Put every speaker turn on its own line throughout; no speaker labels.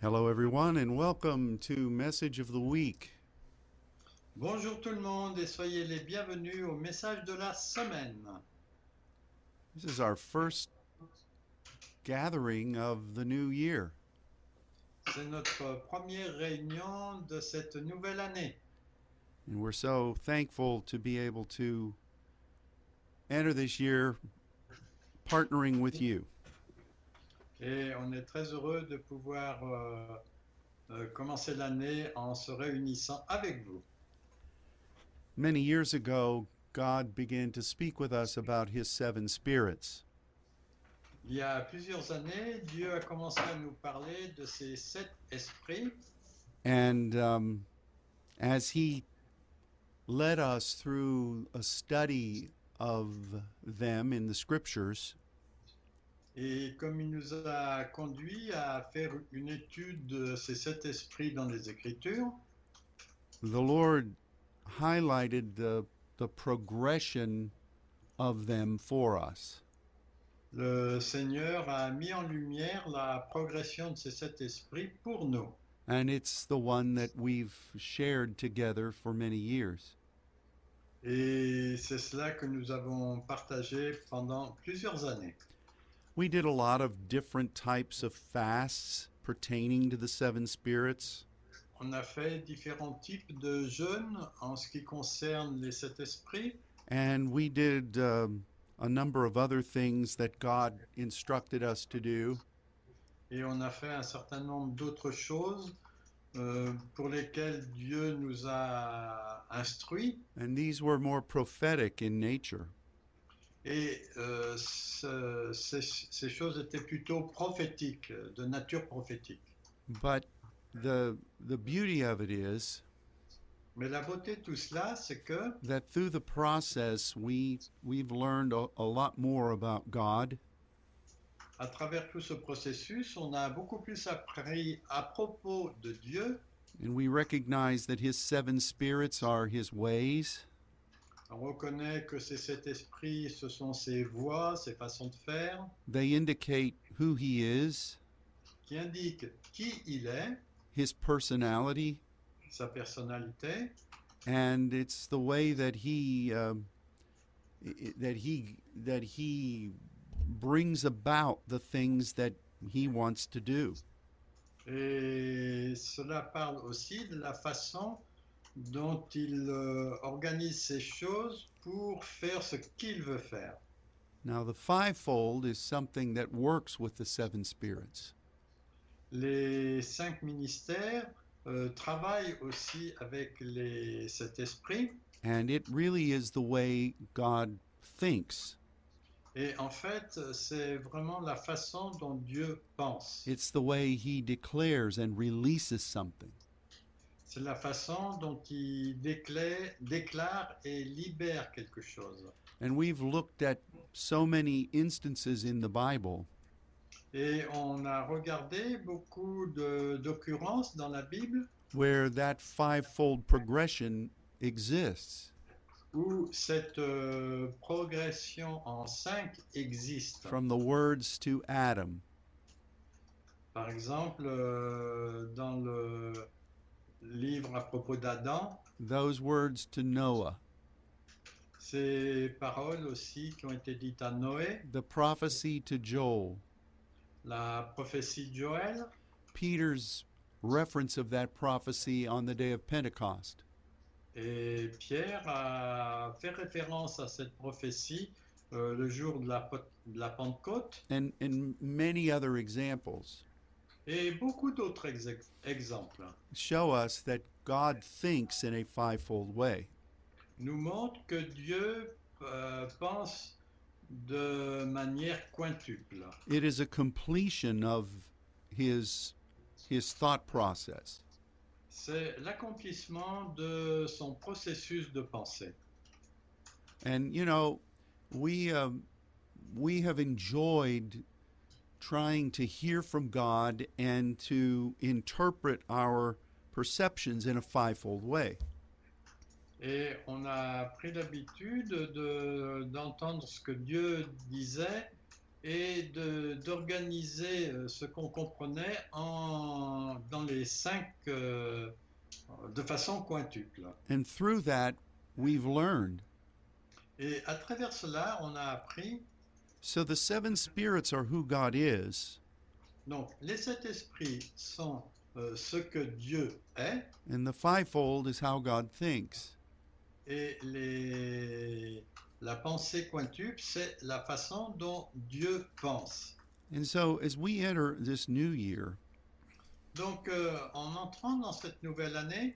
Hello, everyone, and welcome to Message of the Week.
Bonjour tout le monde et soyez les bienvenus au message de la semaine.
This is our first gathering of the new year.
C'est notre première réunion de cette nouvelle année
And we're so thankful to be able to enter this year partnering with you.
et on est très heureux de pouvoir euh, euh, commencer l'année en se réunissant avec vous.
Many years ago, God began to speak with us about his seven spirits.
Il y a plusieurs années, Dieu a commencé à nous parler de ces sept esprits
And um, as he led us through a study of them in the scriptures,
et comme il nous a conduit à faire une étude de ces sept esprits dans les Écritures,
the Lord highlighted the, the progression of them for us.
le Seigneur a mis en lumière la progression de ces sept esprits pour nous.
And it's the one that we've shared together for many years.
Et c'est cela que nous avons partagé pendant plusieurs années.
We did a lot of different types of fasts pertaining to the seven spirits.
On a fait différents types de jeûnes en ce qui concerne les sept esprits
And we did um, a number of other things that God instructed us to do.
et on a fait un certain nombre d'autres choses euh, pour lesquelles Dieu nous a instruits.
And these were more prophetic in nature.
Et euh, ce- ces, ces choses étaient plutôt prophétiques, de nature prophétique.
But the, the beauty of it is
Mais la beauté de tout cela, c'est que
that through the process, we, we've learned a, a lot more about God.
à travers tout ce processus, on a beaucoup plus appris à propos de Dieu
And we recognize that His seven spirits are His ways.
On reconnaît que c'est cet esprit, ce sont ses voies, ses façons de faire,
They indicate who He is,
qui indiquent qui il est,
His personality,
sa personnalité,
and it's the way that he um, i- i- that he that he brings about the things that he wants to do
et cela parle aussi de la façon dont il euh, organise ces choses pour faire ce qu'il veut faire.
now the fivefold is something that works with the seven spirits
Les cinq ministères euh, travaillent aussi avec les- cet esprit,
and it really is the way god thinks
et en fait, c'est vraiment la façon dont Dieu pense.
it's the way he declares and releases something
C'est la façon dont il déclare, déclare et libère quelque chose.
and we've looked at so many instances in the bible
Et on a regardé beaucoup de- d'occurrences dans la Bible
where that fivefold progression exists
où cette euh, progression en cinq existe.
from the words to Adam.
Par exemple, euh, dans le livre à propos d'Adam,
Those words to Noah,
ces paroles aussi qui ont été dites à Noé,
the prophecy to Joel,
la prophétie de Joël,
Peter's reference of that prophecy on the day of Pentecost,
Et Pierre a fait référence à cette prophétie euh, le jour de la, pot- de la Pentecôte
and, and many other examples
et beaucoup d'autres ex- exemples
show us that God thinks in a fivefold way.
nous montrent que Dieu euh, pense de manière quintuple.
It is a completion of his, his thought process.
C'est l'accomplissement de son processus de pensée.
And you know, we um, we have enjoyed trying to hear from God and to interpret our perceptions in a fivefold way.
Et on a pris l'habitude de- d'entendre ce que Dieu disait et de- d'organiser euh, ce qu'on comprenait en, dans les cinq euh, de façon quintuple.
And through that, we've learned.
Et à travers cela, on a appris,
So the seven spirits are who God is,
donc les sept esprits sont euh, ce que Dieu est
and the fivefold is how God thinks.
et les, la pensée quintuple, c'est la façon dont Dieu pense.
And so as we enter this new year,
Donc euh, en entrant dans cette nouvelle année,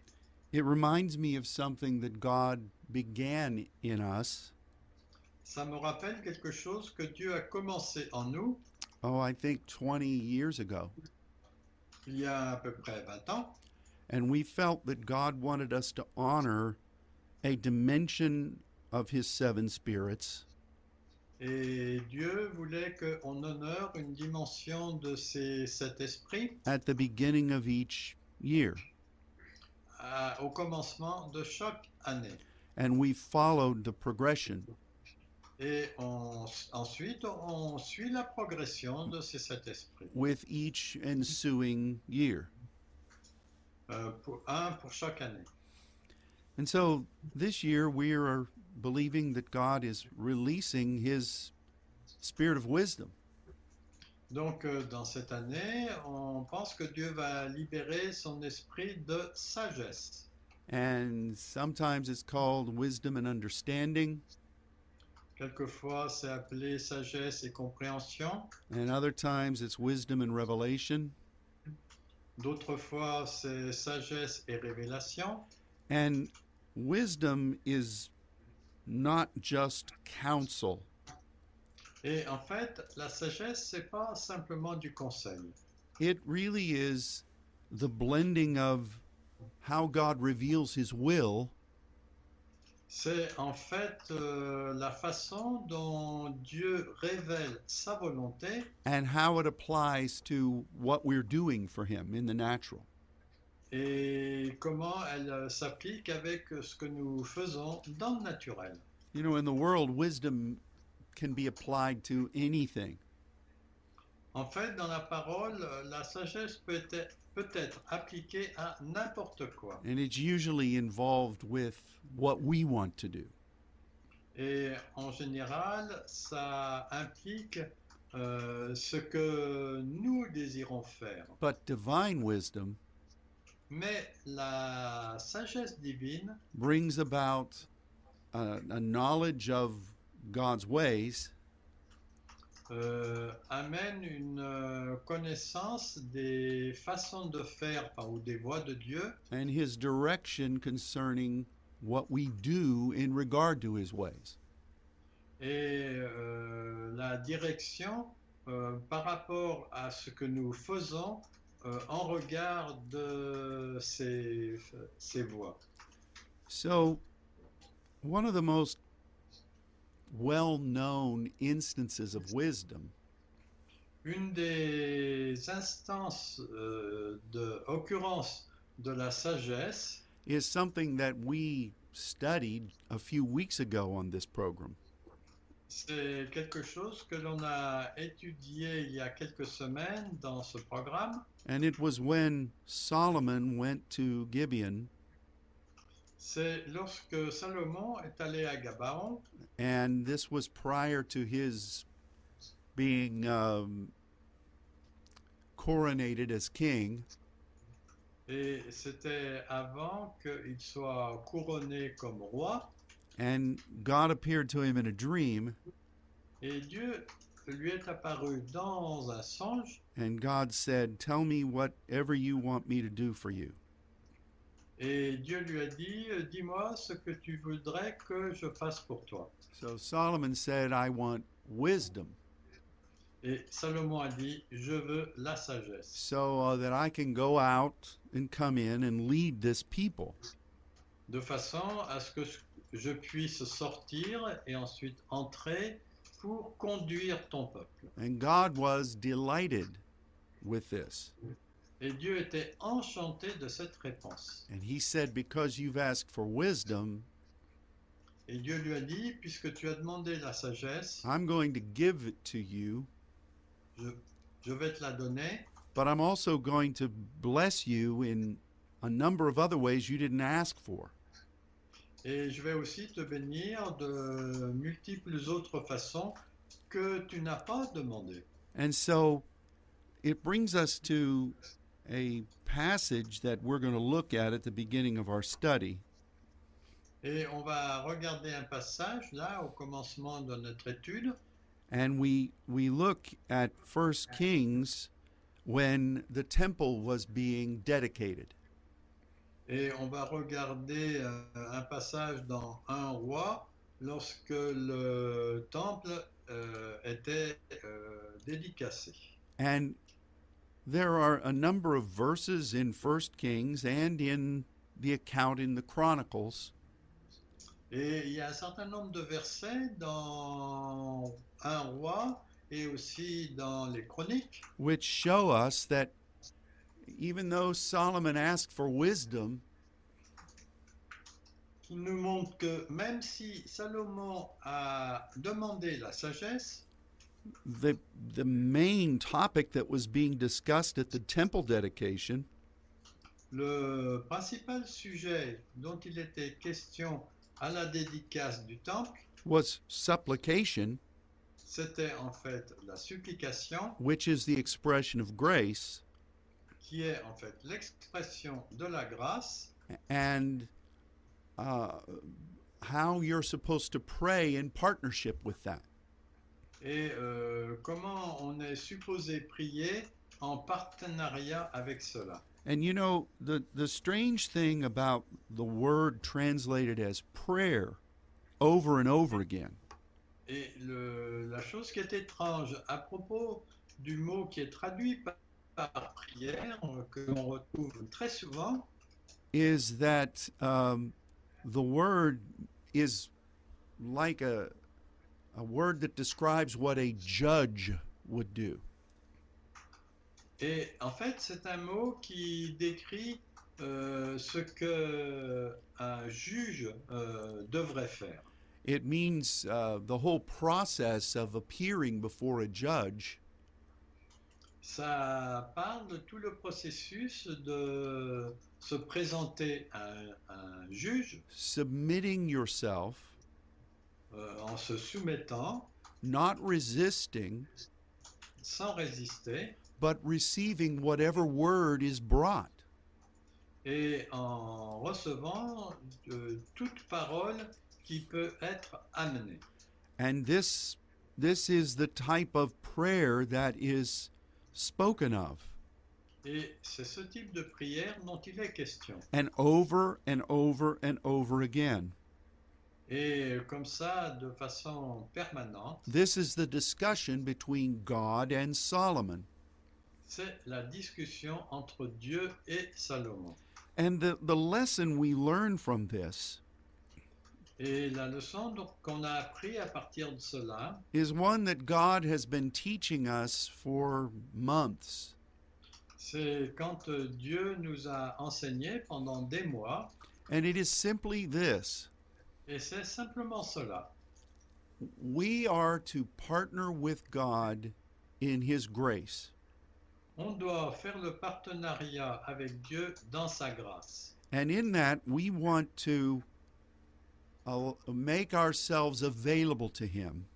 it reminds me of something that God began in us.
ça me rappelle quelque chose que Dieu a commencé en nous
Oh, I think 20 years ago.
il y a à peu près 20 ans.
And we felt that God wanted us to honor a dimension of his seven spirits
Et Dieu voulait qu'on honore une dimension de ces, cet esprit
at the beginning of each year.
à- euh, au commencement de chaque année.
And we followed the progression.
Et on- ensuite, on suit la progression de ces sept esprits.
with each ensuing year.
Euh, pour, un pour chaque année.
And so this year we are believing that God is releasing his spirit of wisdom.
Donc, euh, dans cette année, on pense que Dieu va libérer son esprit de sagesse.
And sometimes it's called wisdom and understanding,
Quelquefois, c'est appelé sagesse et compréhension.
and other times it's wisdom and revelation.
D'autres fois, c'est sagesse et révélation.
And wisdom is not just counsel,
Et en fait, la sagesse, c'est pas simplement du conseil.
it really is the blending of how God reveals his will
C'est en fait euh, la façon dont Dieu révèle sa volonté
and how it applies to what we're doing for him in the natural.
et comment elle euh, s'applique avec euh, ce que nous faisons dans le naturel.
You know, in the world, wisdom can be applied to anything.
En fait, dans la parole, euh, la sagesse peut être, peut être appliquée à n'importe quoi.
And it's usually involved with what we want to do.
Et en général, ça implique euh, ce que nous désirons faire.
But divine wisdom
Mais la sagesse divine
brings about a, a knowledge of God's ways
euh, amène une euh, connaissance des façons de faire enfin, ou des voies de Dieu
and his direction concerning what we do in regard to his ways.
et euh, la direction euh, par rapport à ce que nous faisons euh, en regard de ces, ces voies.
So, one of the most well known instances of wisdom
Une des instances euh, de occurrence de la sagesse
is something that we studied a few weeks ago on this program.
C'est quelque chose que l'on a étudié il y a quelques semaines dans ce programme.
And it was when Solomon went to Gibeon
C'est lorsque Salomon est allé à Gabaon,
and this was prior to his being um, coronated as king.
et c'était avant qu'il soit couronné comme roi,
And God appeared to him in a dream,
et Dieu lui est apparu dans un songe,
and God said, Tell me whatever you want me to do for you.
et Dieu lui a dit, dis-moi ce que tu voudrais que je fasse pour toi.
So Solomon said, I want wisdom
Et Salomon a dit, je veux la sagesse,
so uh, that I can go out and come in and lead this people.
de façon à ce que je puisse sortir et ensuite entrer pour conduire ton peuple.
And God was delighted with this.
Et Dieu était enchanté de cette réponse.
And he said, Because you've asked for wisdom,
Et Dieu lui a dit, puisque tu as demandé la sagesse,
I'm going to give it to you
Je, je vais te la donner,
but I'm also going to bless you in a number of other ways you didn't ask for.
et je vais aussi te bénir de multiples autres façons que tu n'as pas demandé.
And so it brings us to a passage that we're going to look at at the beginning of our study.
Et on va regarder un passage là au commencement de notre étude.
And we, we look at First Kings when the temple was being dedicated.
Et on va regarder euh, un passage dans Un roi lorsque le temple euh, était euh, dédicacé.
And there are a number of verses in First Kings and in the account in the Chronicles
Et il y a un certain nombre de versets dans Un roi et aussi dans les chroniques
which show us that even though Solomon asked for wisdom,
qui nous montrent que même si Salomon a demandé la sagesse,
the the main topic that was being discussed at the temple dedication
le principal sujet dont il était question à la dédicace du temple,
was supplication,
C'était en fait la supplication
which is the expression of grace,
qui est en fait l'expression de la grâce
and uh, how you're supposed to pray in partnership with that.
et euh, comment on est supposé prier en partenariat avec cela.
And you know the the strange thing about the word translated as prayer over and over again
Et le- la chose qui est étrange à propos du mot qui est traduit par, par prière, euh, que l'on retrouve très souvent,
is that um, the word is like a a word that describes what a judge would do.
et en fait c'est un mot qui décrit euh, ce que un juge euh, devrait faire.
It means uh, the whole process of appearing before a judge
Ça parle de tout le processus de se présenter à un, un juge
submitting yourself,
euh, en se soumettant,
not resisting,
sans résister,
but receiving whatever word is brought.
et en recevant euh, toute parole qui peut être amenée.
And this this is the type of prayer that is spoken of.
Et c'est ce type de prière dont il est question.
And over and over and over again.
Et comme ça, de façon permanente,
This is the discussion between God and Solomon.
c'est la discussion entre Dieu et Salomon.
And the, the lesson we learn from this
Et la leçon donc, qu'on a appris à partir de cela,
is one that God has been teaching us for months.
C'est quand euh, Dieu nous a enseigné pendant des mois,
And it is simply this
et c'est simplement cela.
we are to partner with God in His grace.
On doit faire le partenariat avec Dieu dans sa grâce.
And in that, we want to uh, make ourselves available to Him.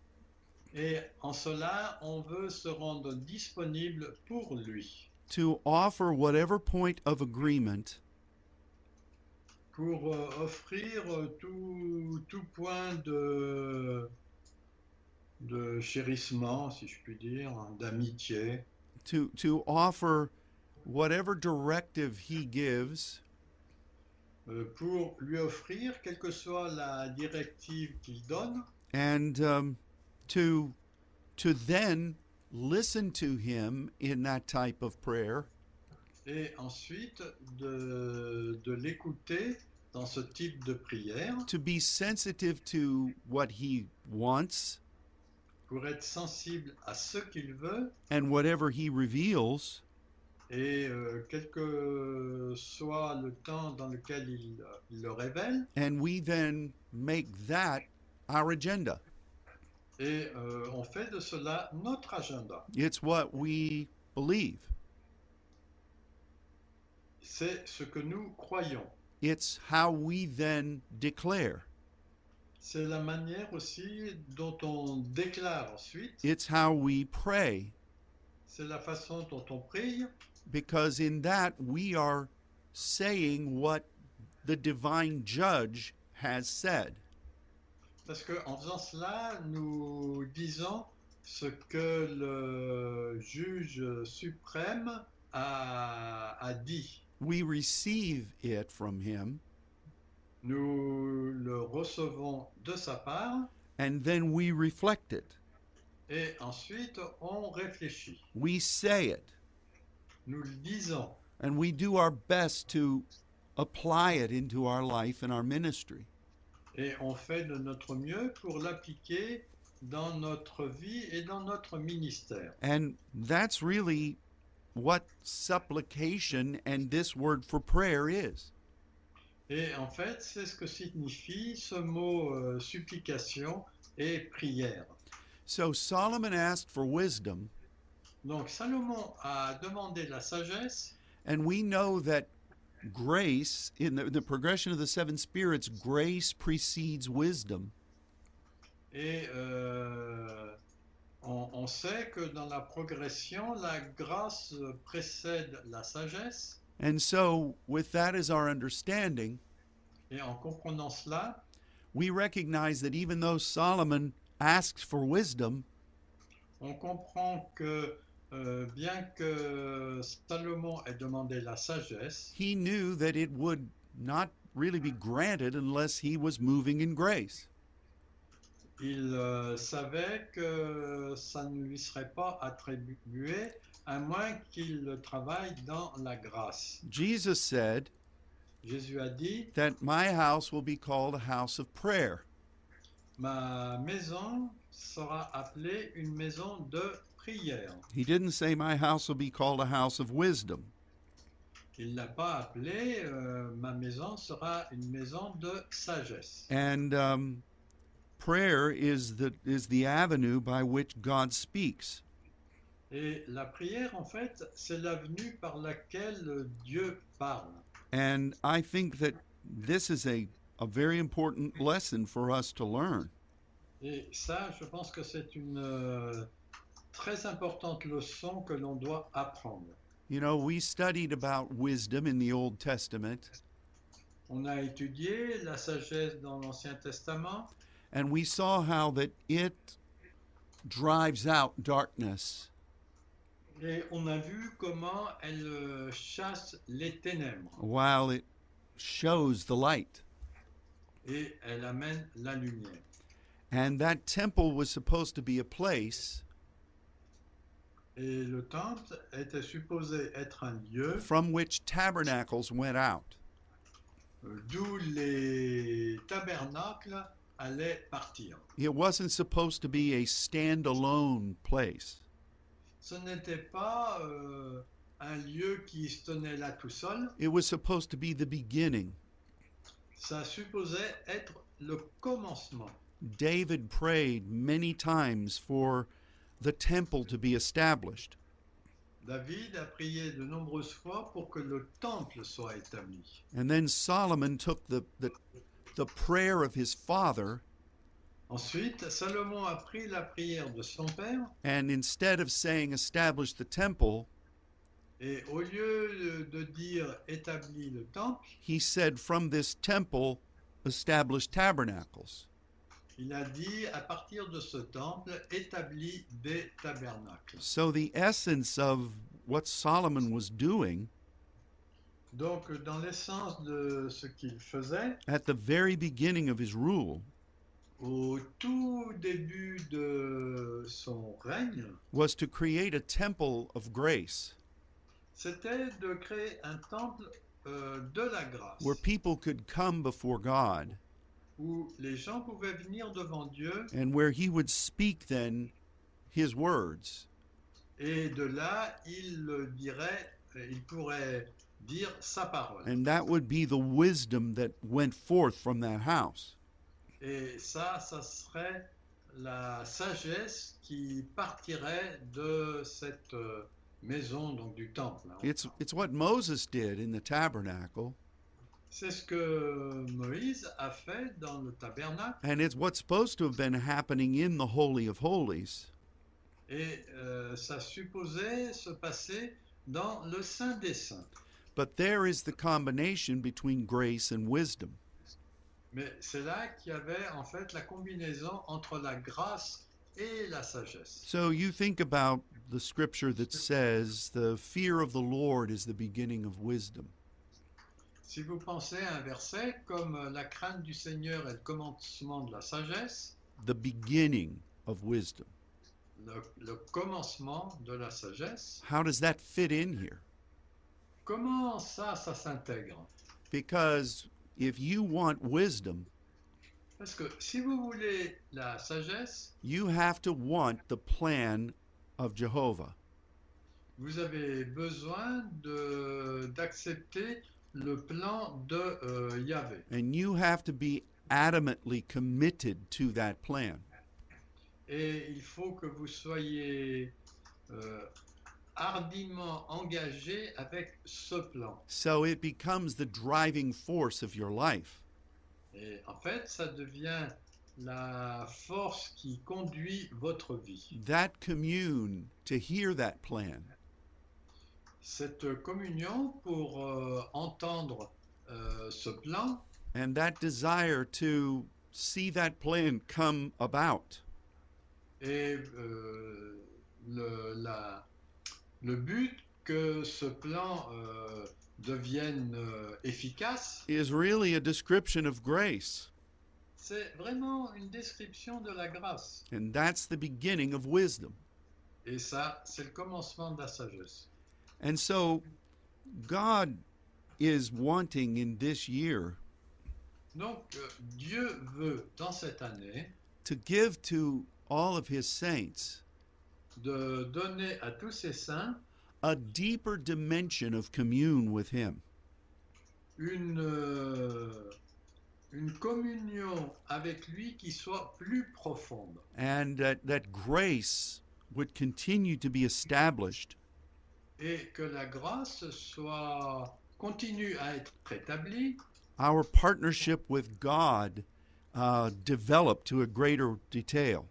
Et en cela, on veut se rendre disponible pour lui,
to offer whatever point of agreement
pour euh, offrir euh, tout, tout point de, de chérissement, si je puis dire, hein, d'amitié,
to to offer whatever directive he gives
euh, pour lui offrir, quelle que soit la directive qu'il donne,
and um, to to then listen to him in that type of prayer
et ensuite de, de l'écouter dans ce type de prière
to be sensitive to what he wants
pour être sensible à ce qu'il veut
and whatever he reveals
et euh, quel que soit le temps dans lequel il, il le révèle
and we then make that our agenda
et euh, on fait de cela notre agenda.
It's what we believe,
C'est ce que nous croyons.
it's how we then declare,
C'est la manière aussi dont on déclare ensuite.
it's how we pray,
C'est la façon dont on prie
because in that we are saying what the divine judge has said.
Parce qu'en faisant cela, nous disons ce que le juge suprême a, a dit.
We receive it from him,
Nous le recevons de sa part
and then we reflect it.
et ensuite on réfléchit.
We say it,
Nous le disons
and we do our best to apply it into our life and our ministry.
et on fait de notre mieux pour l'appliquer dans notre vie et dans notre ministère.
And that's really what supplication and this word for prayer is.
Et en fait, c'est ce que signifie ce mot euh, supplication et prière.
So Solomon asked for wisdom,
Donc Salomon a demandé la sagesse
and we know that grace, in the, the progression of the seven spirits, grace precedes wisdom.
et euh, on, on sait que dans la progression, la grâce précède la sagesse.
And so, with that as our understanding,
Et en comprenant cela,
we recognize that even though Solomon asks for wisdom,
on comprend que euh, bien que Salomon ait demandé la sagesse,
he knew that it would not really be granted unless he was moving in grace.
il euh, savait que ça ne lui serait pas attribué à moins qu'il travaille dans la grâce.
Jesus said,
Jésus a dit,
that my house will be called a house of prayer.
Ma maison sera appelée une maison de prière.
He didn't say my house will be called a house of wisdom.
Il l'a pas appelée euh, ma maison sera une maison de sagesse.
And um, prayer is the is the avenue by which God speaks.
Et la prière, en fait, c'est l'avenue par laquelle Dieu parle.
And I think that this is a a very important lesson for us to learn.
Et ça, je pense que c'est une euh, très importante leçon que l'on doit apprendre.
You know, we studied about wisdom in the Old Testament,
On a étudié la sagesse dans l'Ancien Testament
and we saw how that it drives out darkness.
et on a vu comment elle euh, chasse les ténèbres.
While it shows the light.
et elle amène la lumière.
And that temple was supposed to be a place
Et le temple était supposé être un lieu
from which tabernacles went out.
euh, d'où les tabernacles allaient partir.
It wasn't supposed to be a standalone place.
Ce n'était pas euh, un lieu qui se tenait là tout seul,
It was supposed to be the beginning.
ça supposait être le commencement.
David prayed many times for the temple to be established.
David a prié de nombreuses fois pour que le temple soit établi.
And then Solomon took the, the, the prayer of his father,
Ensuite, Salomon a pris la prière de son père
and instead of saying, establish the temple,
et au lieu de dire établis le temple,
he said, from this temple, establish tabernacles.
Il a dit, à partir de ce temple, établis des tabernacles.
So the essence of what Solomon was doing
Donc, dans l'essence de ce qu'il faisait,
at the very beginning of his rule
au tout début de son règne,
was to create a temple of grace
c'était de créer un temple euh, de la grâce,
where people could come before God
où les gens pouvaient venir devant Dieu,
and where he would speak then his words.
et de là, il le dirait, il pourrait dire sa parole.
And that would be the wisdom that went forth from that house.
Et ça, ça serait la sagesse qui partirait de cette euh, maison, donc du temple. hein.
It's, it's what Moses did in the tabernacle,
C'est ce que Moïse a fait dans le tabernacle
and it's what's supposed to have been happening in the Holy of Holies.
et euh, ça supposait se passer dans le Saint des Saints.
But there is the combination between grace and wisdom.
Mais c'est là qu'il y avait en fait la combinaison entre la grâce et la sagesse.
So you think about the scripture that says, The fear of the Lord is the beginning of wisdom.
Si vous pensez à un verset comme euh, la crainte du Seigneur est le commencement de la sagesse,
The beginning of wisdom.
le, le commencement de la sagesse,
How does that fit in here?
comment ça, ça s'intègre
Because if you want wisdom,
Parce que si vous voulez la sagesse,
you have to want the plan of Jehovah.
vous avez besoin de- d'accepter le plan de euh, Yahvé.
And you have to be adamantly committed to that plan.
Et il faut que vous soyez euh, hardiment engagé avec ce plan.
So it becomes the driving force of your life.
Et en fait, ça devient la force qui conduit votre vie.
That commune to hear that plan,
Cette communion pour euh, entendre euh, ce plan
and that desire to see that plan come about.
et euh, le, la- le but que ce plan euh, devienne euh, efficace,
is really a description of grace,
c'est vraiment une description de la grâce.
and that's the beginning of wisdom.
Et ça, c'est le commencement de la sagesse.
And so, God is wanting in this year
Donc, euh, Dieu veut, dans cette année,
to give to all of His saints
de donner à tous ses saints
a deeper dimension of commune with Him.
une, euh, une communion avec lui qui soit plus profonde
and that, that grace would continue to be established
et que la grâce soit continue à être établie,
our partnership with god uh, developed to a greater detail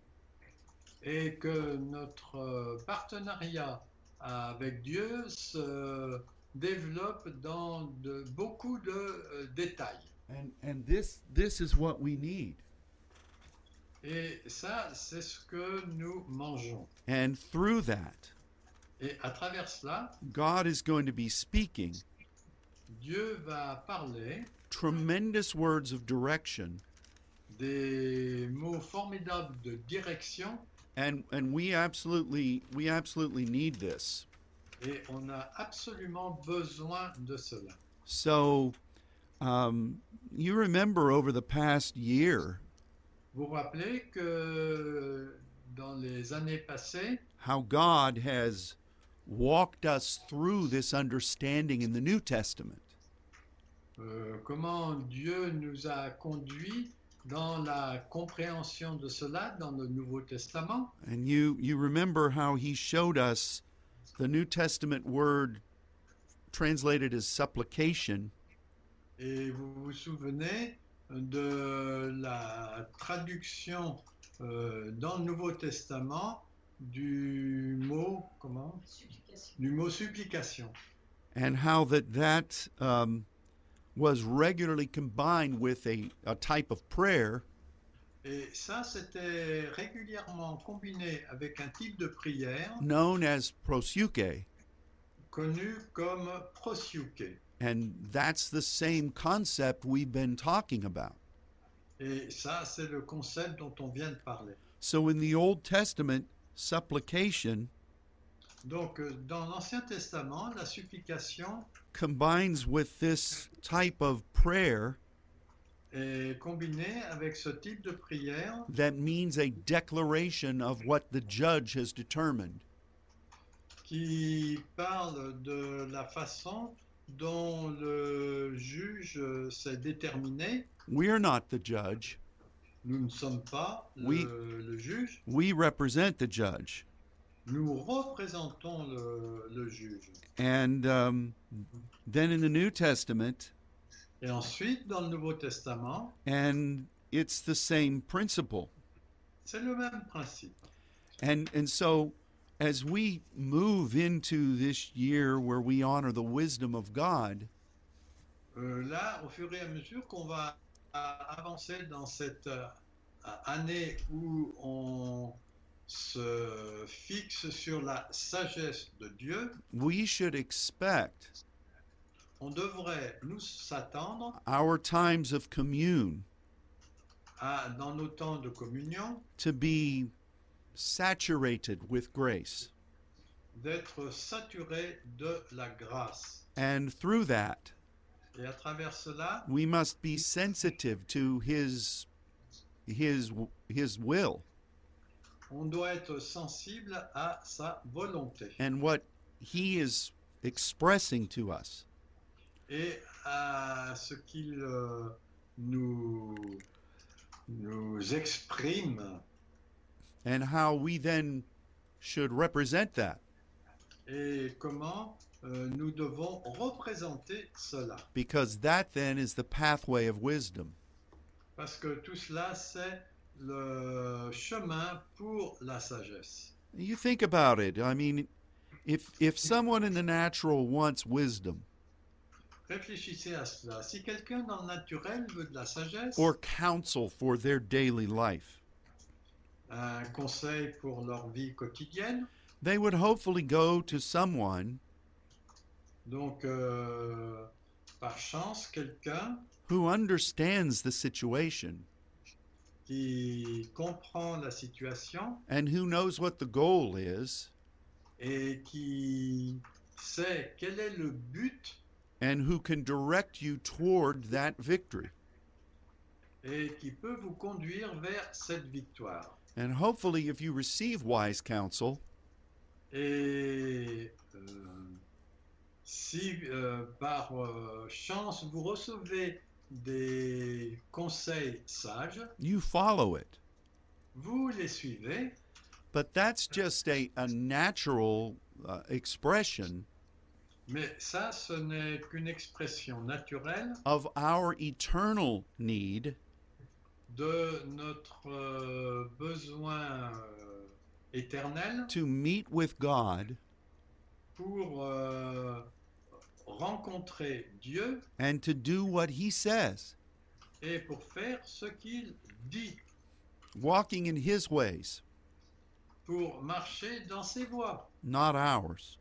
et que notre euh, partenariat avec Dieu se développe dans de, beaucoup de euh, détails.
and and this this is what we need
Et ça, c'est ce que nous mangeons.
and through that
Et à travers cela,
god is going to be speaking
Dieu va parler
tremendous words of direction
des mots formidables de direction
and and we absolutely we absolutely need this
et on a absolument besoin de cela.
so um, you remember over the past year
Vous vous rappelez que dans les années passées,
how God has walked us through this understanding in the New Testament.
euh, comment Dieu nous a conduits dans la compréhension de cela dans le Nouveau Testament.
And you, you remember how he showed us the New Testament word translated as supplication
Et vous vous souvenez de la traduction euh, dans le Nouveau Testament du mot comment du mot supplication
and how that that um, was regularly combined with a, a type of prayer
et ça c'était régulièrement combiné avec un type de prière
known as prosuke.
connu comme prosyuké
And that's the same concept we've been talking about.
et ça c'est le concept dont on vient de parler
So in the Old Testament, supplication
donc euh, dans l'Ancien Testament la supplication
combines with this type of prayer
est combinée avec ce type de prière
that means a declaration of what the judge has determined.
qui parle de la façon dont le juge euh, s'est déterminé.
We're not the judge,
Nous ne sommes pas le,
Oui.
le juge,
We represent the judge.
nous représentons le, le juge.
And um, then in the New Testament,
Et ensuite, dans le Nouveau Testament,
and it's the same principle.
c'est le même principe.
And and so as we move into this year where we honor the wisdom of God,
Euh, là, au fur et à mesure qu'on va a- avancer dans cette euh, année où on se fixe sur la sagesse de Dieu,
we should expect
on devrait nous s'attendre
our times of commune
à, dans nos temps de communion,
to be saturated with grace.
d'être saturés de la grâce.
And through that,
Et à travers cela,
we must be sensitive to his his his will
on doit être sensible à sa volonté
and what he is expressing to us.
et à ce qu'il euh, nous, nous exprime
and how we then should represent that
et comment euh, nous devons représenter cela.
because that then is the pathway of wisdom
Parce que tout cela, c'est le chemin pour la sagesse.
you think about it i mean if if someone in the natural wants wisdom
Réfléchissez à cela. Si quelqu'un dans le naturel veut de la sagesse,
or counsel for their daily life
un conseil pour leur vie quotidienne,
they would hopefully go to someone
donc euh, par chance, quelqu'un
who understands the situation
qui comprend la situation
and who knows what the goal is
et qui sait quel est le but
and who can direct you toward that victory
et qui peut vous conduire vers cette victoire.
and hopefully if you receive wise counsel
Et euh, si euh, par euh, chance vous recevez des conseils sages,
you follow it
vous les suivez,
But that's just a, a natural uh, expression
mais ça, ce n'est qu'une expression naturelle
of our eternal need
de notre euh, besoin euh, éternel
to meet with God
pour euh, rencontrer Dieu
and to do what He says,
et pour faire ce qu'il dit,
walking in His ways,
pour marcher dans ses voies,
not ours.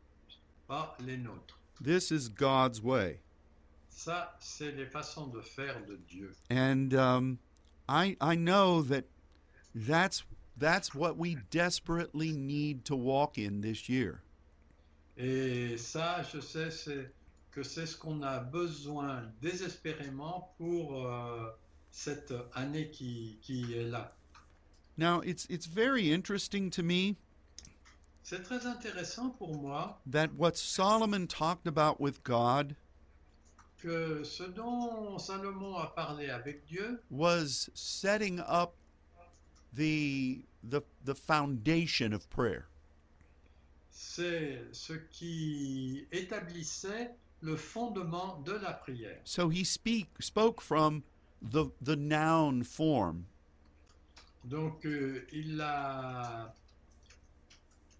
pas les nôtres.
This is God's way.
Ça, c'est les façons de faire de Dieu.
And um, I, I know that that's, that's what we desperately need to walk in this year.
Et ça, je sais c'est- que c'est ce qu'on a besoin désespérément pour euh, cette année qui, qui est là.
Now, it's, it's very interesting to me
C'est très intéressant pour moi
that what Solomon talked about with God
que ce dont Salomon a parlé avec Dieu,
was setting up the the the foundation of prayer.
c'est ce qui établissait le fondement de la prière.
So he speak spoke from the the noun form
Donc euh, il, a,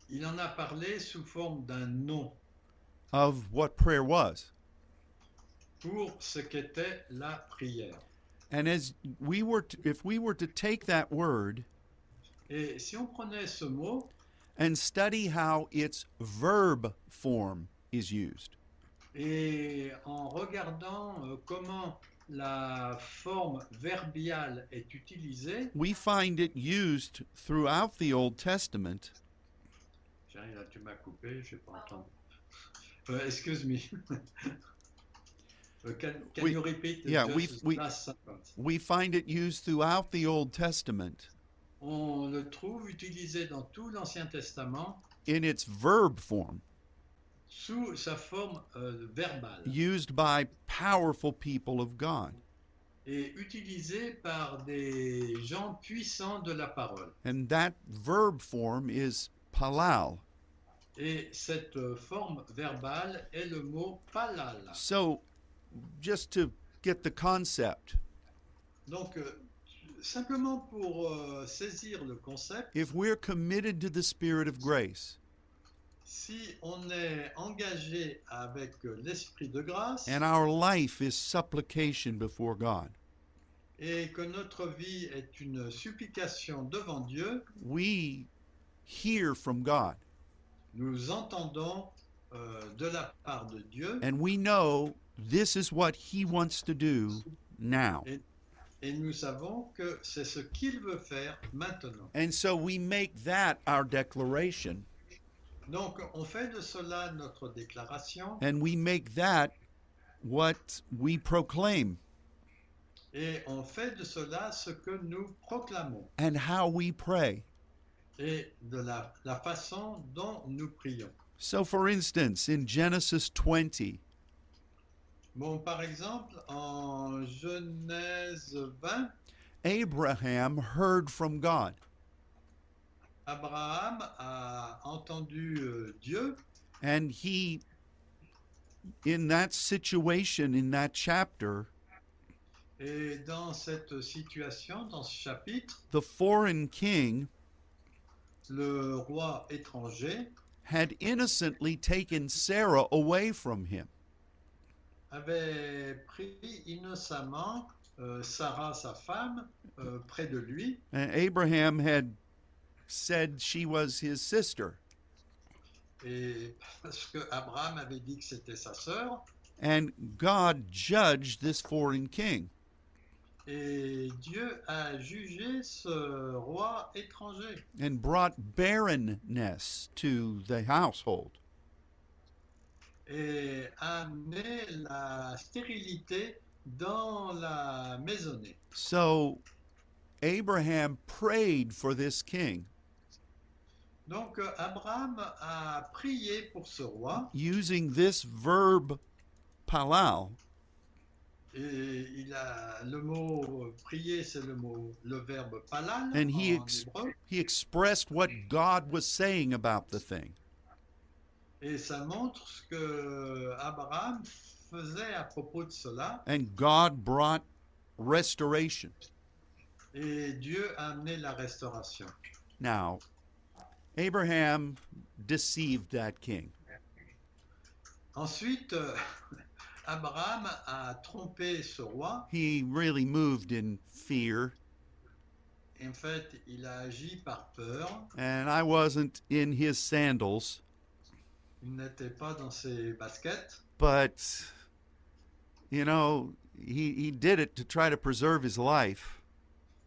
il en a parlé sous forme d'un nom
of what prayer was.
pour ce qu'était la prière.
And as we were to, if we were to take that word
Et si on prenait ce mot
and study how its verb form is used.
et en regardant euh, comment la forme verbiale est utilisée,
We find it used throughout the Old Testament
Tiens, là tu m'as coupé, je n'ai pas entendu. Euh, excuse me. Euh, can, can
We-
you repeat
yeah,
just
we- we-
last sentence?
we find it used throughout the Old Testament
On le trouve utilisé dans tout l'Ancien Testament
in its verb form
sous sa forme euh, verbale,
used by powerful people of God.
est utilisé par des gens puissants de la parole.
And that verb form is palal.
Et cette euh, forme verbale est le mot palal.
So, just to get the concept,
Donc, euh, simplement pour euh, saisir le concept,
if we're committed to the Spirit of grace
si on est engagé avec euh, l'esprit de grâce
and our life is supplication before God,
et que notre vie est une supplication devant Dieu,
we hear from God
nous entendons euh, de la part de Dieu
and we know this is what He wants to do now.
et nous savons que c'est ce qu'il veut faire maintenant.
And so we make that our declaration
Donc, on fait de cela notre déclaration
and we make that what we proclaim
et on fait de cela ce que nous proclamons
and how we pray.
et de la, la façon dont nous prions.
So, for instance, in Genesis 20,
Bon, par exemple, en Genèse 20,
Abraham heard from God.
Abraham a entendu euh, Dieu
And he, in that situation, in that chapter,
et dans cette situation, dans ce chapitre,
the foreign king
le roi étranger
had innocently taken Sarah away from him.
avait pris innocemment euh, Sarah, sa femme, euh, près de lui,
And Abraham had said she was his sister.
et parce que Abraham avait dit que c'était sa sœur,
And God judged this foreign king.
et Dieu a jugé ce roi étranger
and brought barrenness to the household.
et a amené la stérilité dans la maisonnée.
So Abraham prayed for this king
Donc euh, Abraham a prié pour ce roi
using this verb palal
et il a le mot euh, prier c'est le mot le verbe palal
and he
en
ex-
hébreu.
he expressed what God was saying about the thing.
Et ça montre ce que Abraham faisait à propos de cela.
And God brought restoration.
Et Dieu a amené la restauration.
Now, Abraham deceived that king.
Ensuite, euh, Abraham a trompé ce roi.
He really moved in fear,
En fait, il a agi par peur.
and I wasn't in his sandals,
Il n'était pas dans ses baskets.
but you know he he did it to try to preserve his life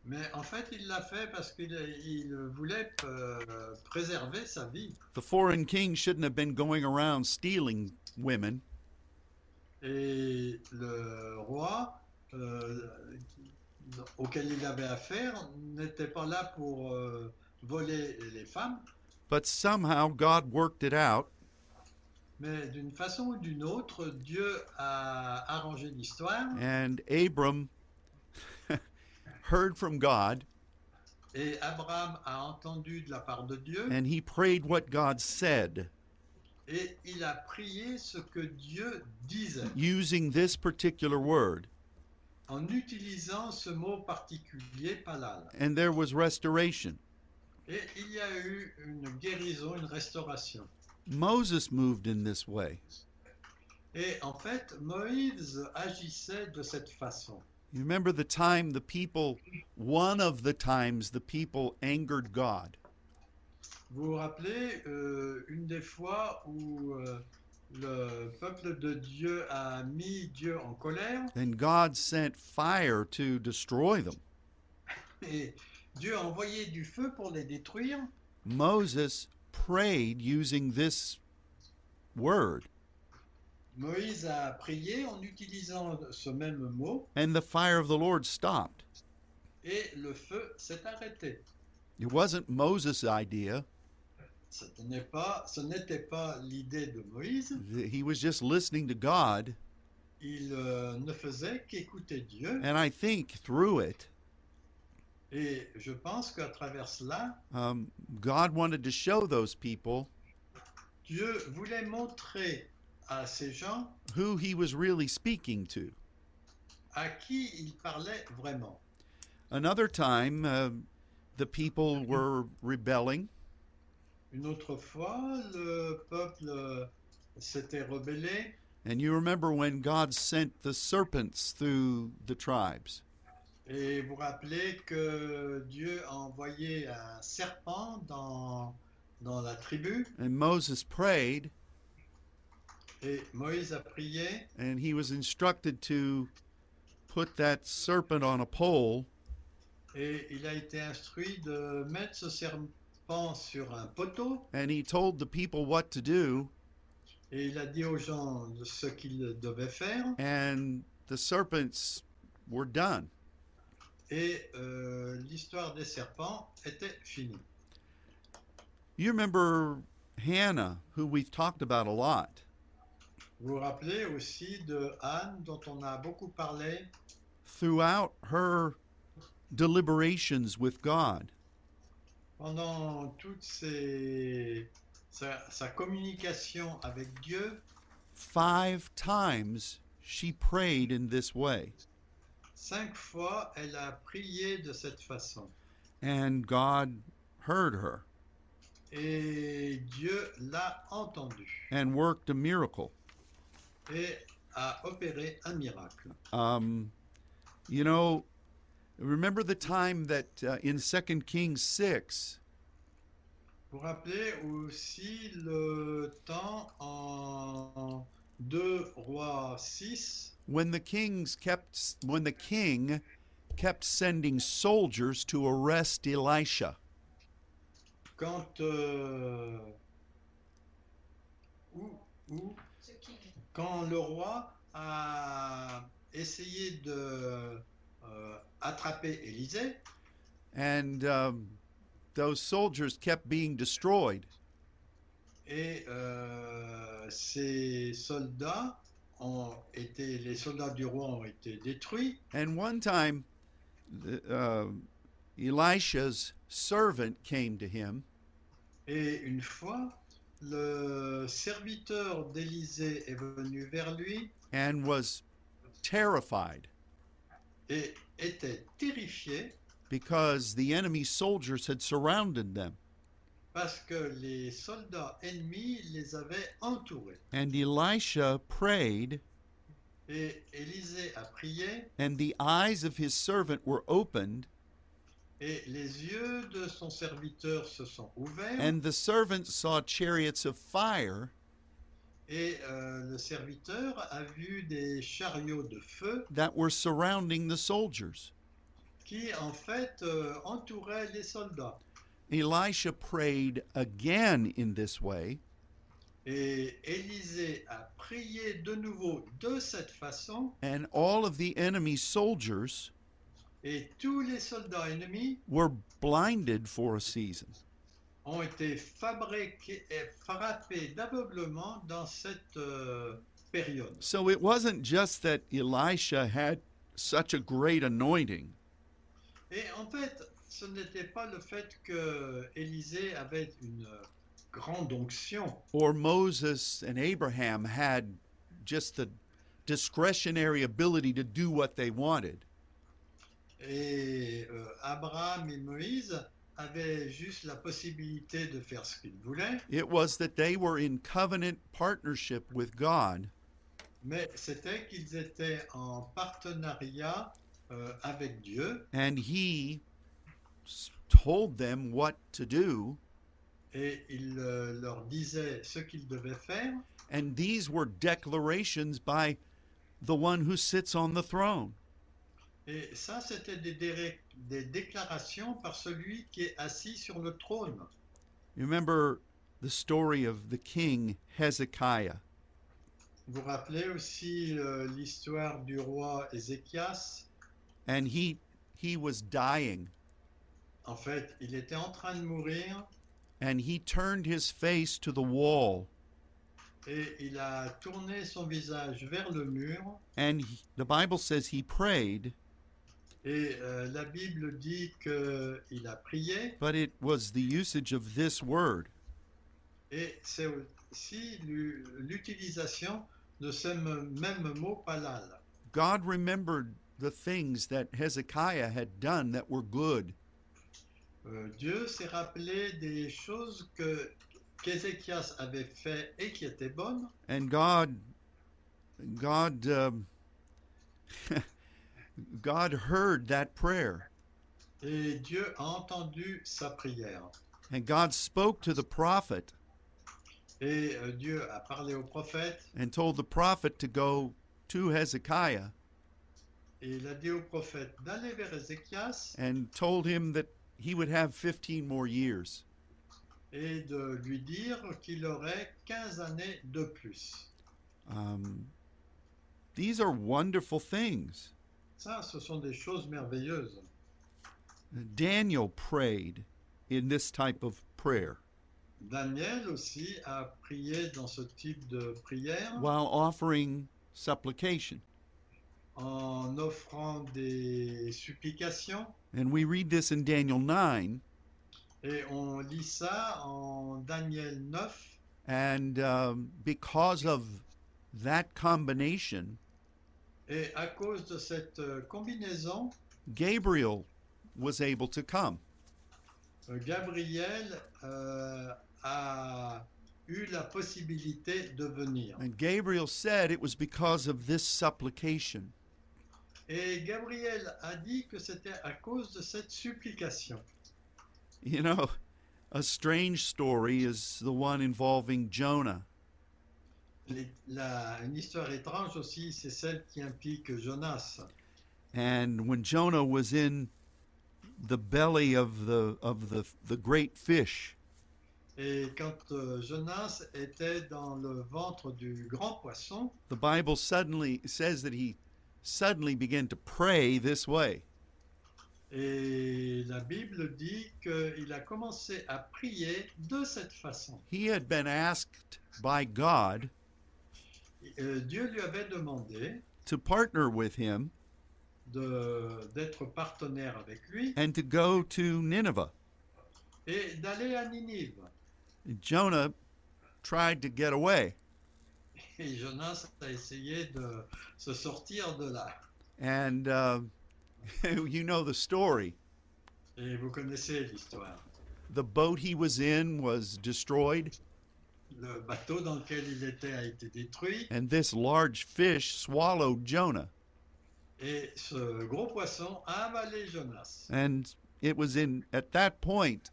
Mais en fait, il l'a fait parce qu'il il voulait euh, préserver sa vie.
the foreign king shouldn't have been going around stealing women
Et le roi euh, auquel il avait affaire n'était pas là pour euh, voler les femmes,
but somehow god worked it out
mais d'une façon ou d'une autre, Dieu a arrangé l'histoire
and abram heard from god
et Abraham a entendu de la part de Dieu
and he prayed what god said
et il a prié ce que Dieu disait
using this particular word
en utilisant ce mot particulier, palal.
and there was restoration
Et il y a eu une guérison, une restauration.
moses moved in this way
Et en fait, Moïse agissait de cette façon.
you remember the time the people one of the times the people angered god
Vous vous rappelez euh, une des fois où euh, le peuple de Dieu a mis Dieu en colère
Then God sent fire to destroy them.
et Dieu a envoyé du feu pour les détruire
Moses prayed using this word,
Moïse a prié en utilisant ce même mot
and the fire of the Lord stopped.
et le feu s'est arrêté.
It wasn't Moses' idea,
Ce n'est pas- ce n'était pas l'idée de Moïse,
he was just listening to God,
il euh, ne faisait qu'écouter Dieu.
And I think through it,
Et je pense qu'à travers cela,
um, God wanted to show those people
Dieu voulait montrer à ces gens
who he was really speaking to.
à qui il parlait vraiment.
Another time, uh, the people were rebelling,
Une autre fois, le peuple euh, s'était rebellé
and you remember when God sent the serpents through the tribes.
et vous rappelez que Dieu a envoyé un serpent dans, dans la tribu
And Moses prayed,
et Moïse a prié
and he was instructed to put that serpent on a pole
et il a été instruit de mettre ce serpent sur un poteau
and he told the people what to do
et il a dit aux gens ce qu'ils devaient faire
and the serpents were done
et euh, l'histoire des serpents était finie.
you remember hannah who we've talked about a lot
Vous vous rappelez aussi de Anne dont on a beaucoup parlé
throughout her deliberations with god
pendant toute ses- sa, sa communication avec Dieu,
five times she prayed in this way
cinq fois, elle a prié de cette façon.
and god heard her
Et Dieu l'a entendue
and worked a miracle
et a opéré un miracle.
Um, you know, remember the time that uh, in 2 Kings 6,
Vous vous rappelez aussi le temps en 2 rois 6,
when the kings kept when the king kept sending soldiers to arrest Elisha.
quand... euh, où- où quand le roi a essayé de euh, attraper Élisée
And um, those soldiers kept being destroyed.
et euh, ses soldats ont été, les soldats du roi ont été détruits.
And one time, the, uh, Elisha's servant came to him
Et une fois, le serviteur d'Élisée est venu vers lui
and was terrified
et était terrifié
because the enemy soldiers had surrounded them.
parce que les soldats ennemis les avaient entourés.
And Elisha prayed,
Et Élisée a prié
and the eyes of his servant were opened,
et les yeux de son serviteur se sont ouverts.
and the servant saw chariots of fire
Et euh, le serviteur a vu des chariots de feu
that were surrounding the soldiers.
qui, en fait, euh, entouraient les soldats.
Elisha prayed again in this way,
Et Élisée a prié de nouveau de cette façon,
and all of the enemy soldiers
et tous les soldats ennemis
were blinded for a season.
ont été fabriqués et frappés d'aveuglement dans cette euh, période.
So it wasn't just that Elisha had such a great anointing,
Et en fait, ce n'était pas le fait que Élisée avait une euh, grande onction
or Moses and Abraham had just the discretionary ability to do what they wanted.
Et euh, Abraham et Moïse avaient juste la possibilité de faire ce qu'ils voulaient,
It was that they were in covenant partnership with God
mais c'était qu'ils étaient en partenariat euh, avec Dieu
and He s- told them what to do.
et il euh, leur disait ce qu'ils devaient faire.
And these were declarations by the one who sits on the throne.
Et ça, c'était des, déré- des déclarations par celui qui est assis sur le trône.
You remember the story of the king Hezekiah.
Vous vous rappelez aussi euh, l'histoire du roi Ézéchias.
And he, he was dying
En fait, il était en train de mourir
and he turned his face to the wall
et il a tourné son visage vers le mur.
And he, the Bible says he prayed,
Et euh, la Bible dit qu'il a prié
but it was the usage of this word.
et c'est aussi l'u- l'utilisation de ce m- même mot palal.
God remembered the things that Hezekiah had done that were good.
Euh, Dieu s'est rappelé des choses que qu'Ézéchias avait fait et qui étaient bonnes.
and God, God, um, God heard that prayer,
Et Dieu a entendu sa prière.
and God spoke to the prophet
Et euh, Dieu a parlé au prophète
and told the prophet to go to Hezekiah
et il a dit au prophète d'aller vers Ézéchias
and told him that he would have 15 more years.
et de lui dire qu'il aurait 15 années de plus.
Um, these are wonderful things.
Ça, ce sont des choses merveilleuses.
Daniel prayed in this type of prayer
Daniel aussi a prié dans ce type de prière
while offering supplication.
en offrant des supplications.
And we read this in Daniel 9,
Et on lit ça en Daniel 9.
And um, because of that combination,
Et à cause de cette euh, combinaison,
Gabriel was able to come.
euh, Gabriel euh, a eu la possibilité de venir.
And Gabriel said it was because of this supplication.
Et Gabriel a dit que c'était à cause de cette supplication.
You know, a strange story is the one involving Jonah.
Les- la- une histoire étrange aussi, c'est celle qui implique Jonas.
And when Jonah was in the belly of the of the the great fish,
Et quand euh, Jonas était dans le ventre du grand poisson,
the Bible suddenly says that he suddenly began to pray this way.
et la Bible dit qu'il a commencé à prier de cette façon.
He had been asked by God
Euh, Dieu lui avait demandé
to partner with him
de- d'être partenaire avec lui
and to go to Nineveh.
et d'aller à Ninive.
Jonah tried to get away,
Et Jonas a essayé de se sortir de là.
and uh, you know the story.
Et vous connaissez l'histoire.
The boat he was in was destroyed,
Le bateau dans lequel il était a été détruit
and this large fish swallowed Jonah.
et ce gros poisson a avalé Jonas.
And it was in at that point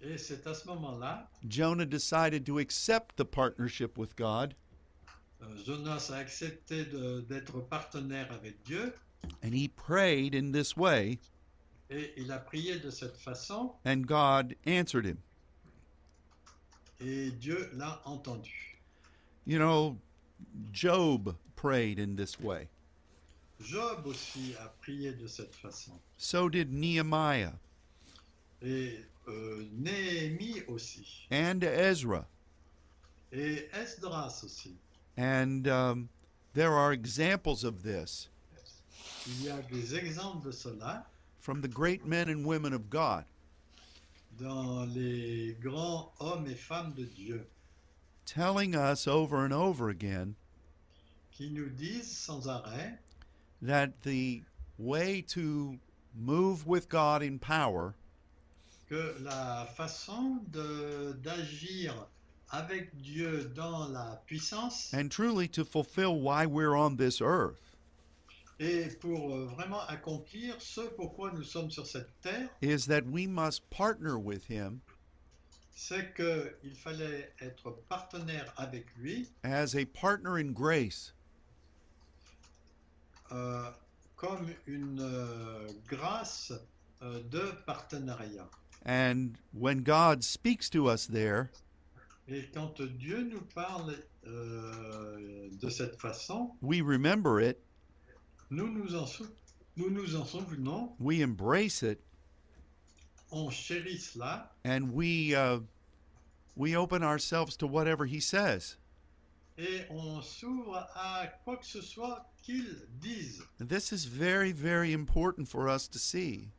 Et c'est à ce moment-là,
Jonah decided to accept the partnership with God,
euh, Jonas a accepté de- d'être partenaire avec Dieu
and he prayed in this way,
et il a prié de cette façon
and God answered him.
et Dieu l'a entendu.
You know, Job prayed in this way.
Job aussi a prié de cette façon.
So did Nehemiah
Et euh, Néhémie aussi.
and Ezra.
Et Esdras aussi.
And um, there are examples of this
Il y a des exemples de cela
from the great men and women of God.
dans les grands hommes et femmes de Dieu
Telling us over and over again
qui nous disent sans arrêt
that the way to move with God in power
que la façon de- d'agir avec Dieu dans la puissance
and truly to fulfill why we're on this earth
et pour euh, vraiment accomplir ce pourquoi nous sommes sur cette terre,
is that we must partner with Him
c'est qu'il fallait être partenaire avec lui
as a partner in grace,
euh, comme une euh, grâce euh, de partenariat.
and when God speaks to us there,
Et quand Dieu nous parle euh, de cette façon,
we remember it,
nous nous en, sou- nous nous en souvenons,
we embrace it,
on chérit cela
and we uh, we open ourselves to whatever He says.
et on s'ouvre à quoi que ce soit qu'ils disent.
This is very, very important for us to see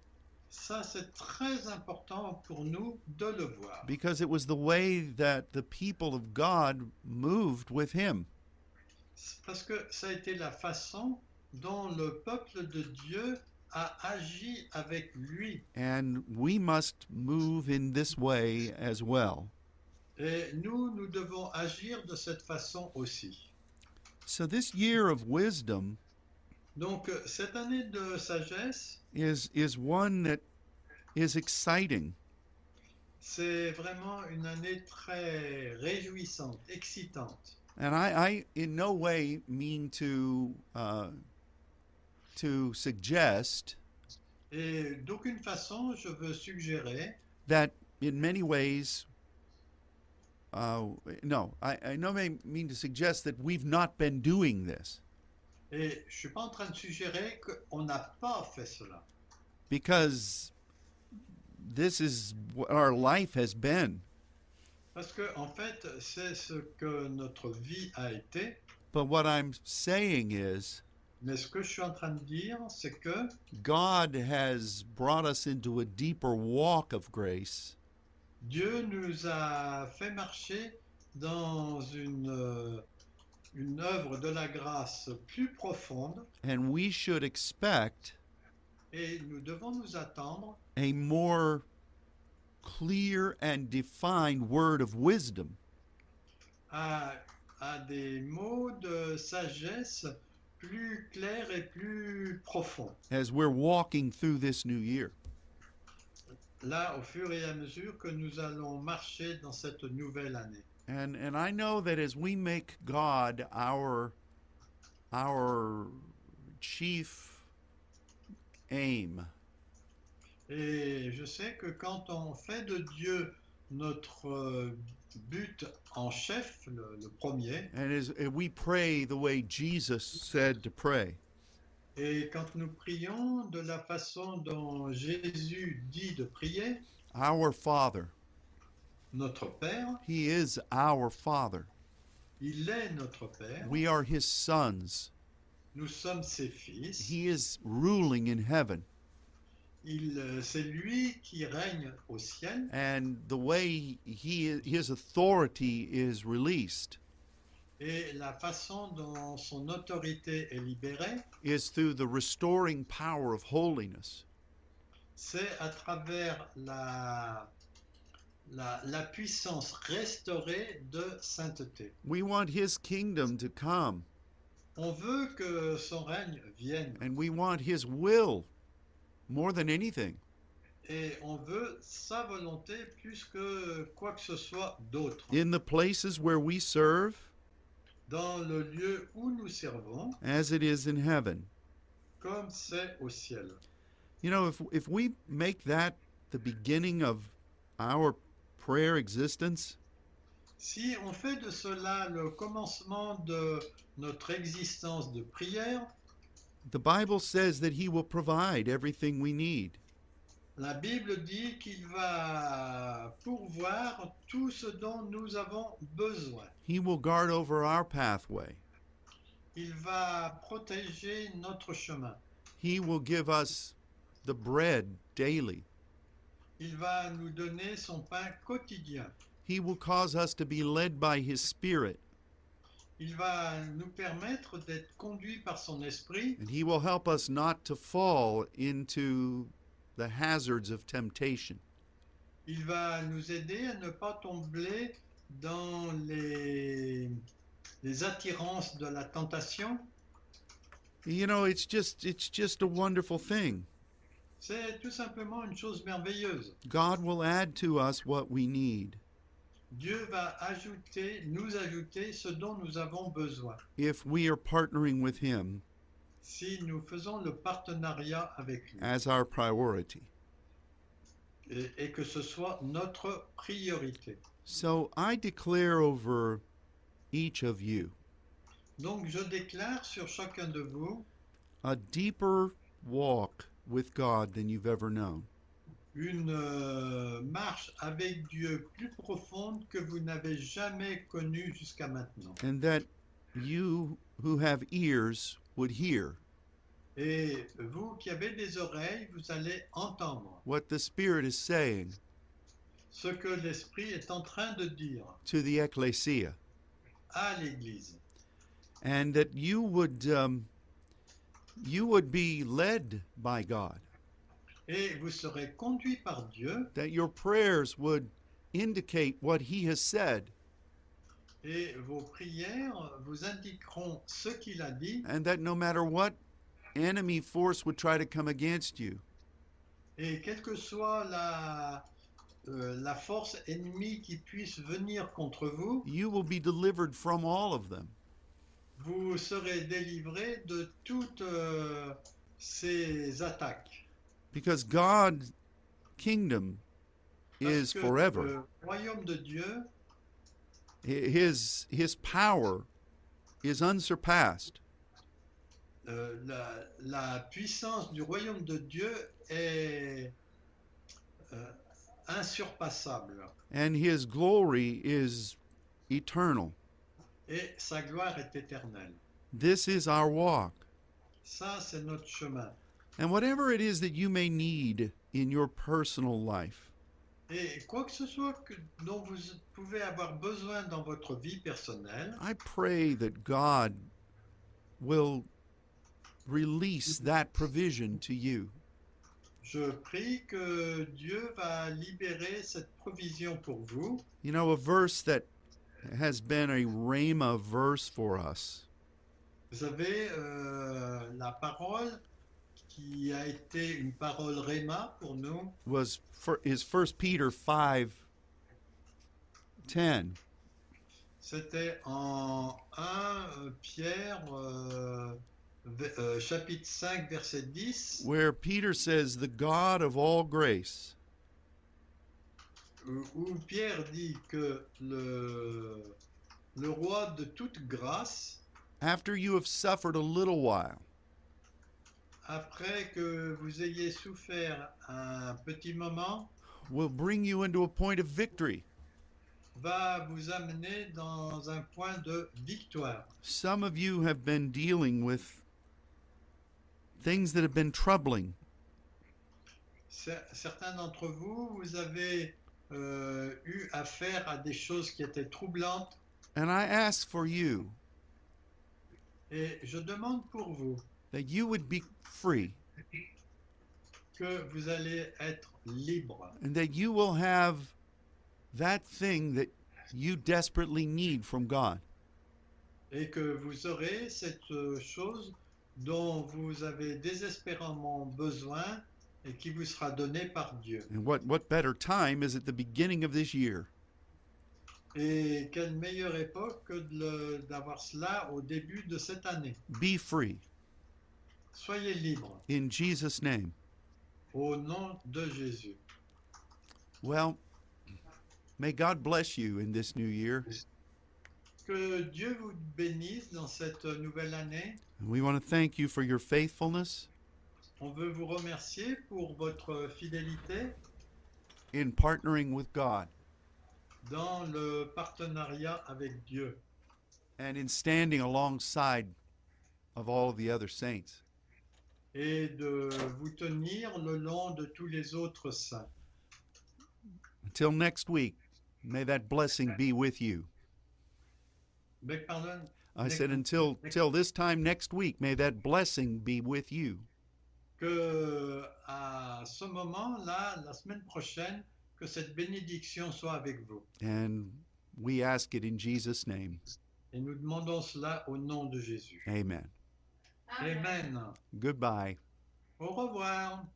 Ça, c'est très important pour nous de le voir.
because it was the way that the people of God moved with him.
Parce que ça a été la façon dont le peuple de Dieu a agi avec lui.
And we must move in this way as well.
Et nous, nous devons agir de cette façon aussi.
So, this year of wisdom
Donc, euh, cette année de sagesse,
is, is one that is exciting.
c'est vraiment une année très réjouissante, excitante.
And I, I in no way mean to, uh, to suggest
Et d'aucune façon, je veux suggérer,
that in many ways, uh, no, I, I no may mean to suggest that we've not been doing this
et je suis pas en train de suggérer qu'on n'a pas fait cela.
because this is what our life has been.
Parce que, en fait, c'est ce que notre vie a été.
But what I'm saying is,
Mais ce que je suis en train de dire, c'est que
God has brought us into a deeper walk of grace,
Dieu nous a fait marcher dans une, euh, une œuvre de la grâce plus profonde
and we should expect
et nous devons nous attendre
a more clear and defined word of wisdom.
à, à des mots de sagesse plus clairs et plus profonds.
as we're walking through this new year.
Là, au fur et à mesure que nous allons marcher dans cette nouvelle année.
And and I know that as we make God our our chief aim,
Et je sais que quand on fait de Dieu notre euh, but en chef, le- le premier,
and as and we pray the way Jesus said to pray,
Et quand nous prions de la façon dont Jésus dit de prier,
our Father,
notre Père,
He is our Father.
il est notre Père,
We are His sons.
nous sommes ses fils,
He is ruling in heaven,
il, euh, c'est lui qui règne au ciel
and the way He His authority is released
et la façon dont son autorité est libérée,
is through the restoring power of holiness.
c'est à travers la, la, la puissance restaurée de sainteté.
We want his kingdom to come
On veut que son règne vienne
and we want his will more than anything.
et on veut sa volonté plus que quoi que ce soit d'autre.
In the places where we serve,
dans le lieu où nous servons,
as it is in heaven.
comme c'est au ciel.
You know, if if we make that the beginning of our prayer existence,
Si on fait de cela le commencement de notre existence de prière,
the Bible says that he will provide everything we need.
la Bible dit qu'il va pourvoir tout ce dont nous avons besoin.
He will guard over our pathway.
Il va protéger notre chemin.
He will give us the bread daily.
Il va nous donner son pain quotidien.
He will cause us to be led by his spirit.
Il va nous permettre d'être conduits par son esprit
And he will help us not to fall into the hazards of temptation.
Il va nous aider à ne pas tomber dans les, les attirances de la tentation.
You know, it's just it's just a wonderful thing.
C'est tout simplement une chose merveilleuse.
God will add to us what we need
Dieu va ajouter, nous ajouter ce dont nous avons besoin
if we are partnering with him
si nous faisons le partenariat avec lui
as our priority.
et, et que ce soit notre priorité.
So I declare over each of you
Donc je déclare sur chacun de vous
a deeper walk with God than you've ever known.
une euh, marche avec Dieu plus profonde que vous n'avez jamais connue jusqu'à maintenant.
and that you who have ears would hear
Et vous qui avez des oreilles, vous allez entendre
what the Spirit is saying
ce que l'Esprit est en train de dire
to the ecclesia,
à l'Église.
and that you would um, you would be led by God,
Et vous serez conduit par Dieu
that your prayers would indicate what He has said,
et vos prières vous indiqueront ce qu'il a dit
and that no matter what enemy force would try to come against you,
Et quelle que soit la, euh, la force ennemie qui puisse venir contre vous,
you will be delivered from all of them.
vous serez délivré de toutes euh, ces attaques.
Because God's kingdom
Parce
is
que
forever.
Le royaume de Dieu,
Hi- His his power is unsurpassed.
euh, la, la puissance du royaume de Dieu est euh, insurpassable
and his glory is eternal.
et sa gloire est éternelle.
This is our walk.
Ça, c'est notre chemin.
And whatever it is that you may need in your personal life,
Et quoi que ce soit que, dont vous pouvez avoir besoin dans votre vie personnelle,
I pray that God will release that provision to you.
Je prie que Dieu va libérer cette provision pour vous.
You know, a verse that has been a Rhema verse for us
Vous avez euh, la parole qui a été une parole Réma pour nous.
was for, is 1 Peter 5 10.
C'était en 1 euh, Pierre euh, v- euh, chapitre 5 verset 10
where Peter says, The God of all grace.
où, Euh, où Pierre dit que le, le roi de toute grâce,
after you have suffered a little while,
après que vous ayez souffert un petit moment,
will bring you into a point of victory.
va vous amener dans un point de victoire.
Some of you have been dealing with things that have been troubling,
Cer- Certains d'entre vous, vous avez euh, eu affaire à des choses qui étaient troublantes
and I ask for you
et je demande pour vous
that you would be free
que vous allez être libre
and that you will have that thing that you desperately need from God.
et que vous aurez cette euh, chose dont vous avez désespérément besoin et qui vous sera donnée par Dieu.
And what, what better time is at the beginning of this year?
Et quelle meilleure époque que de le- d'avoir cela au début de cette année.
Be free
Soyez libre
in Jesus' name.
au nom de Jésus.
Well, may God bless you in this new year.
Que Dieu vous bénisse dans cette nouvelle année.
And we want to thank you for your faithfulness
On veut vous remercier pour votre fidélité
in partnering with God
dans le partenariat avec Dieu
and in standing alongside of all of the other saints.
et de vous tenir le long de tous les autres saints.
Until next week, may that blessing be with you.
Mais pardon,
I said until till this time next week, may that blessing be with you.
que à ce moment-là, la semaine prochaine, que cette bénédiction soit avec vous.
And we ask it in Jesus' name.
Et nous demandons cela au nom de Jésus.
Amen.
Amen.
Goodbye.
Au revoir.